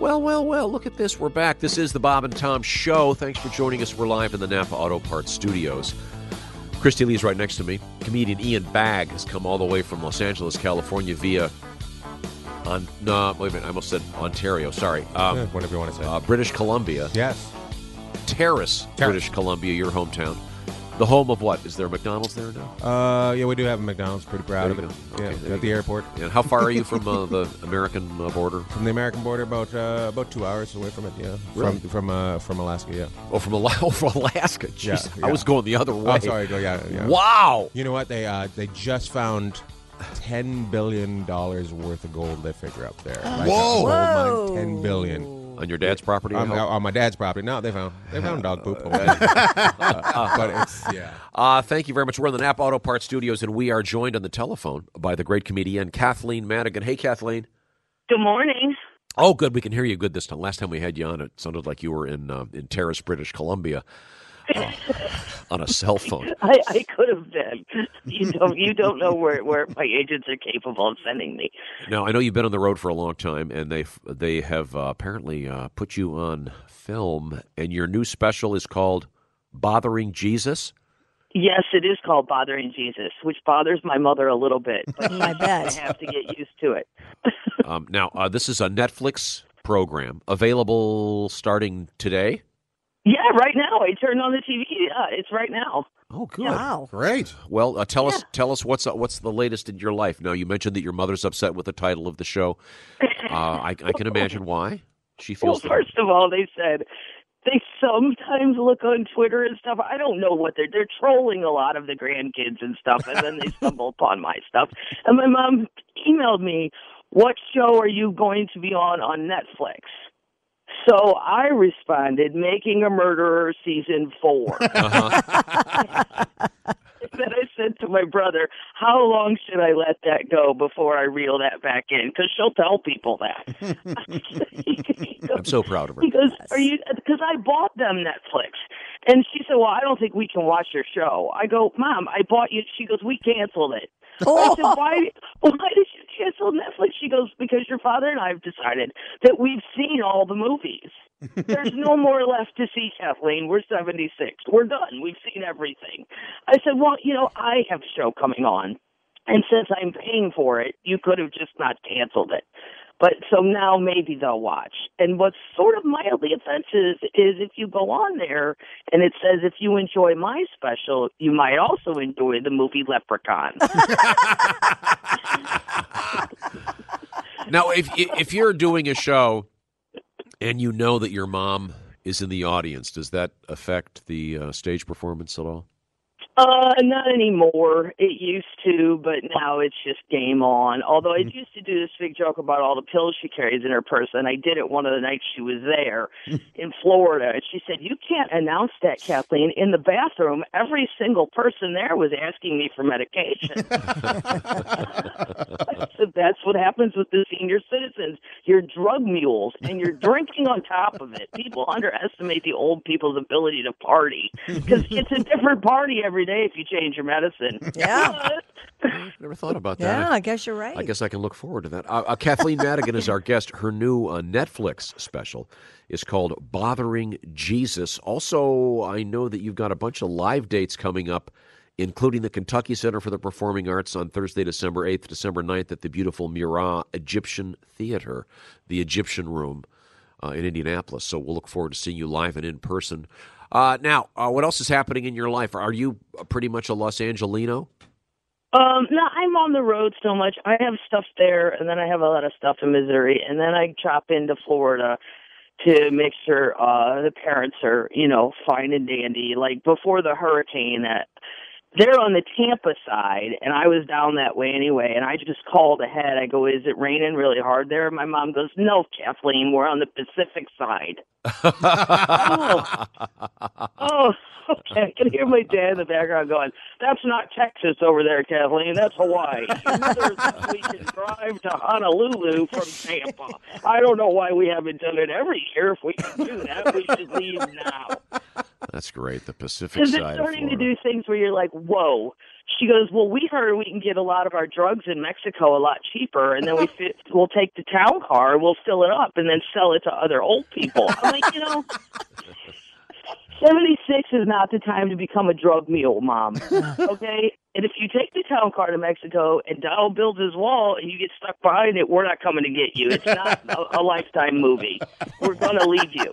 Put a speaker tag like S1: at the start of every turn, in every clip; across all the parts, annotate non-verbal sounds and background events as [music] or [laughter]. S1: Well, well, well, look at this. We're back. This is the Bob and Tom Show. Thanks for joining us. We're live in the Napa Auto Parts Studios. Christy Lee's right next to me. Comedian Ian Bagg has come all the way from Los Angeles, California via. On, no, wait a minute. I almost said Ontario. Sorry.
S2: Eh,
S1: Um,
S2: whatever you want to say.
S1: uh, British Columbia.
S2: yes.
S1: Terrace, British Columbia, your hometown. The home of what? Is there a McDonald's there now?
S2: Uh, yeah, we do have a McDonald's. Pretty proud
S1: There you
S2: of it.
S1: go. Okay,
S2: yeah,
S1: there you
S2: at the airport.
S1: And how far are you from uh,
S2: [laughs]
S1: the American uh, border?
S2: From the American border, about uh, about two hours away from it. Yeah.
S1: Really?
S2: From from uh, from Alaska. Yeah.
S1: Oh, from, Ala- [laughs] oh, from Alaska. Jeez,
S2: Yeah,
S1: I was
S2: yeah.
S1: going the other way.
S2: Oh, sorry. Go. Yeah. yeah.
S1: Wow.
S2: You know what? They uh, they just found ten billion dollars worth of gold. They figure up there. Like a
S1: Whoa.
S2: gold mine,
S3: Whoa.
S2: ten billion.
S1: On your dad's property?
S2: On,
S1: I hope?
S2: on my dad's property. No, they found they found
S1: [laughs]
S2: dog poop. over there. Uh, but it's yeah.
S1: Uh, thank you very much. We're in the Napa Auto Parts Studios, and we are joined on the telephone by the great comedian Kathleen Madigan. Hey, Kathleen.
S4: Good morning.
S1: Oh, good. We can hear you good this time. Last time we had you on, it sounded like you were in uh, in Terrace, British Columbia, uh, on a cell phone.
S4: I, I could have been. You don't you don't know where where my agents are capable of sending me.
S1: Now I know you've been on the road for a long time, and they they have uh, apparently uh, put you on film, and your new special is called "Bothering Jesus."
S4: Yes, it is called bothering Jesus, which bothers my mother a little bit, but
S3: I
S4: I
S3: bet.
S4: have to get used to it.
S1: Um, now uh, this is a Netflix program available starting today.
S4: Yeah, right now I turn on the TV. Yeah, it's right now.
S1: Oh, good.
S3: [laughs] Wow.
S2: Great.
S1: Well, uh, tell us tell us what's what's the latest in your life. Now you mentioned that your mother's upset with the title of the show. Uh, I, I can imagine why she
S4: Well,
S1: feels. that-
S4: first of all, they said they sometimes look on Twitter and stuff. I don't know what they're they're trolling a lot of the grandkids and stuff, and then they stumble upon my stuff. And my mom emailed me, "What show are you going to be on on Netflix?" So I responded, "Making a Murderer season 4
S1: Uh-huh.
S4: Then I said to my brother, "How long should I let that go before I reel that back in? Because she'll tell people that." [laughs] He goes,
S1: I'm so proud of her. [laughs]
S4: He goes, "Are you?" Because I bought them Netflix, and she said, "Well, I don't think we can watch your show." I go, "Mom, I bought you." She goes, "We canceled it." [laughs]
S3: Oh,
S4: I said, "Why? Why did you cancel Netflix?" She goes, "Because your father and I have decided that we've seen all the movies. There's no more left to see, Kathleen. We're 76. We're done. We've seen everything." I said, "Well, you know, I have a show coming on." And since I'm paying for it, you could have just not canceled it. But so now maybe they'll watch. And what's sort of mildly offensive is if you go on there and it says if you enjoy my special, you might also enjoy the movie Leprechaun.
S1: Now, if if you're doing a show and you know that your mom is in the audience, does that affect the uh, stage performance at all?
S4: Uh, not anymore. It used to, but now it's just game on. Although I used to do this big joke about all the pills she carries in her purse, and I did it one of the nights she was there in Florida, and she said, "You can't announce that, Kathleen." In the bathroom, every single person there was asking me for medication. I said, That's what happens with the senior citizens. You're drug mules, and you're drinking on top of it. People underestimate the old people's ability to party because it's a different party every day if you change your medicine.
S3: Yeah.
S1: Never thought about that.
S3: Yeah, I guess you're right.
S1: I guess I can look forward to that. Uh, uh, Kathleen Madigan is our guest. Her new uh, Netflix special is called Bothering Jesus. Also, I know that you've got a bunch of live dates coming up, including the Kentucky Center for the Performing Arts on Thursday, December 8th, December 9th at the beautiful Murat Egyptian Theater, the Egyptian Room uh, in Indianapolis. So we'll look forward to seeing you live and in person. Uh, now, uh, what else is happening in your life? Are you uh, pretty much a Los Angelino?
S4: Um, no, I'm on the road so much. I have stuff there, and then I have a lot of stuff in Missouri, and then I chop into Florida to make sure uh, the parents are, you know, fine and dandy. Like before the hurricane, that they're on the Tampa side, and I was down that way anyway, and I just called ahead. I go, "Is it raining really hard there?" My mom goes, "No, Kathleen, we're on the Pacific side." Oh. Oh, [laughs] okay. I can hear my dad in the background going, That's not Texas over there, Kathleen. That's Hawaii. Your mother said we can drive to Honolulu from Tampa. I don't know why we haven't done it every year. If we can do that, we should leave now.
S1: That's great. The Pacific
S4: Because
S1: side.
S4: it's
S1: of
S4: starting to
S1: Florida.
S4: do things where you're like, Whoa, she goes, "Well, we heard we can get a lot of our drugs in Mexico a lot cheaper, and then
S1: [laughs]
S4: we fit, we'll take the town car, we'll fill it up, and then sell it to other old people." I'm like,
S1: [laughs]
S4: you know, seventy six is not the time to become a drug
S1: [laughs]
S4: mule, mom. Okay, and if you take the town car to Mexico and Donald builds his wall and you get stuck behind it, we're not coming to get you. It's not a, a lifetime movie. We're gonna leave you.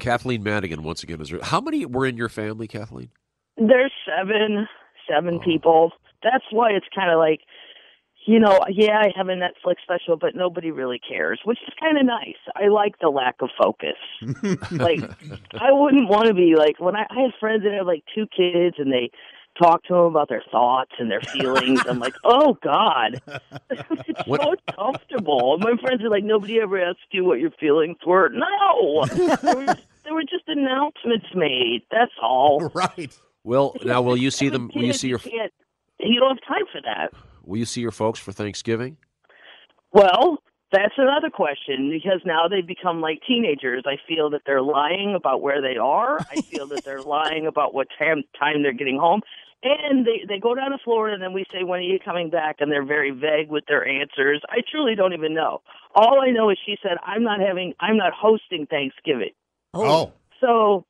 S1: Kathleen Madigan once again is. How many were in your family, Kathleen?
S4: There's seven, seven people. That's why it's kind of like, you know, yeah, I have a Netflix special, but nobody really cares, which is kind of nice. I like the lack of focus. like, I wouldn't want to be like when I, I had friends that have like two kids and they talk to them about their thoughts and their feelings. I'm like, oh God, it's so
S1: What-
S4: comfortable. And my friends are like, nobody ever asked you what your feelings were. No, there were, there were just announcements made. That's all.
S2: right.
S1: Well, now will you
S4: [laughs]
S1: see them? Will you
S4: Kids,
S1: see your
S4: can't- You don't have time for that.
S1: Will you see your folks for Thanksgiving?
S4: Well, that's another question because now they become like teenagers. I feel that they're lying about where they are. I feel that they're lying about what time time they're getting home. And they they go down to Florida and then we say when are you coming back and they're very vague with their answers. I truly don't even know. All I know is she said I'm not having I'm not hosting Thanksgiving.
S2: Oh,
S4: So,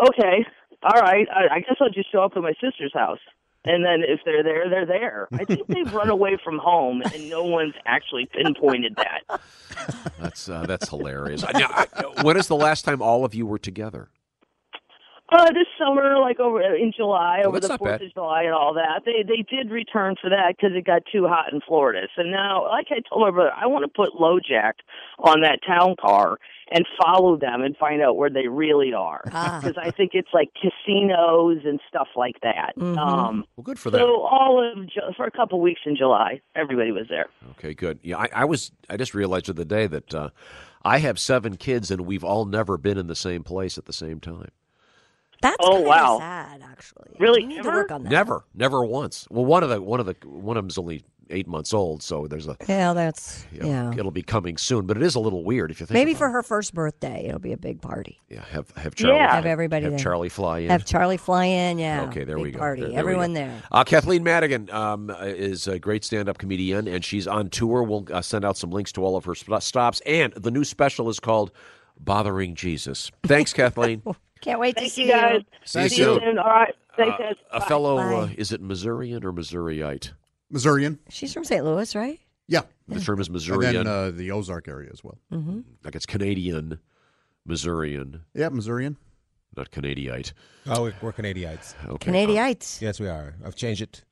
S4: okay, all right. I, I guess I'll just show up at my sister's house, and then if they're there, they're there.
S1: [laughs]
S4: I think they've run away from home, and no one's actually pinpointed that.
S1: That's uh, that's hilarious. Now, I- when is the last time all of you were together?
S4: Uh, this summer, like over uh, in July, over
S1: that's
S4: the
S1: not
S4: Fourth
S1: bad.
S4: of July and all that, they they did return for that because it got too hot in Florida. So now, like I told my brother, I want to put LoJack on that town car and follow them and find out where they really are
S1: Uh-huh. [laughs]
S3: Ah.
S4: because I think it's like casinos and stuff like that.
S1: Mm-hmm.
S3: Mhm.
S4: Um.
S1: Well, good for them.
S4: So all of Ju- for a couple weeks in July, everybody was there.
S1: Okay, good. Yeah, I, I was. I just realized the other day that uh, I have seven kids, and we've all never been in the same place at the same time.
S3: That's
S4: Oh,
S3: kinda
S4: wow.
S3: sad, actually.
S4: Really?
S3: You need
S4: Ever?
S3: to work on that.
S1: Never, never once. Well, one of the one of the one of them's only eight months old, so there's a
S3: Yeah, that's
S1: you know,
S3: yeah.
S1: it'll be coming soon. But it is a little weird if you think
S3: Maybe
S1: about
S3: for her first birthday, it'll be a big party.
S1: it. yeah, have have Charlie
S4: Yeah.
S3: Have everybody
S1: have
S3: there.
S1: Charlie fly in.
S3: Have Charlie fly in, yeah.
S1: Okay, there
S3: big
S1: we go.
S3: Party,
S1: There- there we
S3: everyone
S1: go.
S3: there.
S1: Uh, Kathleen Madigan um, is a great stand up comedian, and she's on tour. We'll uh, send out some links to all of her sp- stops. And the new special is called Bothering Jesus. Thanks,
S3: [laughs]
S1: Kathleen. Uh,
S3: Can't wait to
S4: Thank
S3: see
S4: you guys.
S1: See you
S4: See you
S1: soon.
S4: soon. All right. Thanks, guys.
S1: A
S4: Bye.
S1: fellow, uh,
S3: Bye.
S1: is it Missourian or Missouriite?
S5: Missourian.
S3: She's from St. Louis, right?
S1: uh,
S5: Yeah.
S1: The term is
S5: And
S1: Missourian.
S5: then uh, the Ozark area as well.
S3: Mm-hmm.
S1: like it's Canadian, Missourian,
S5: Yeah, Missourian.
S1: not Canadiite.
S2: oh, we're, we're Canadians.
S1: Okay.
S3: Canadiites.
S2: Yes, we are. I've changed it.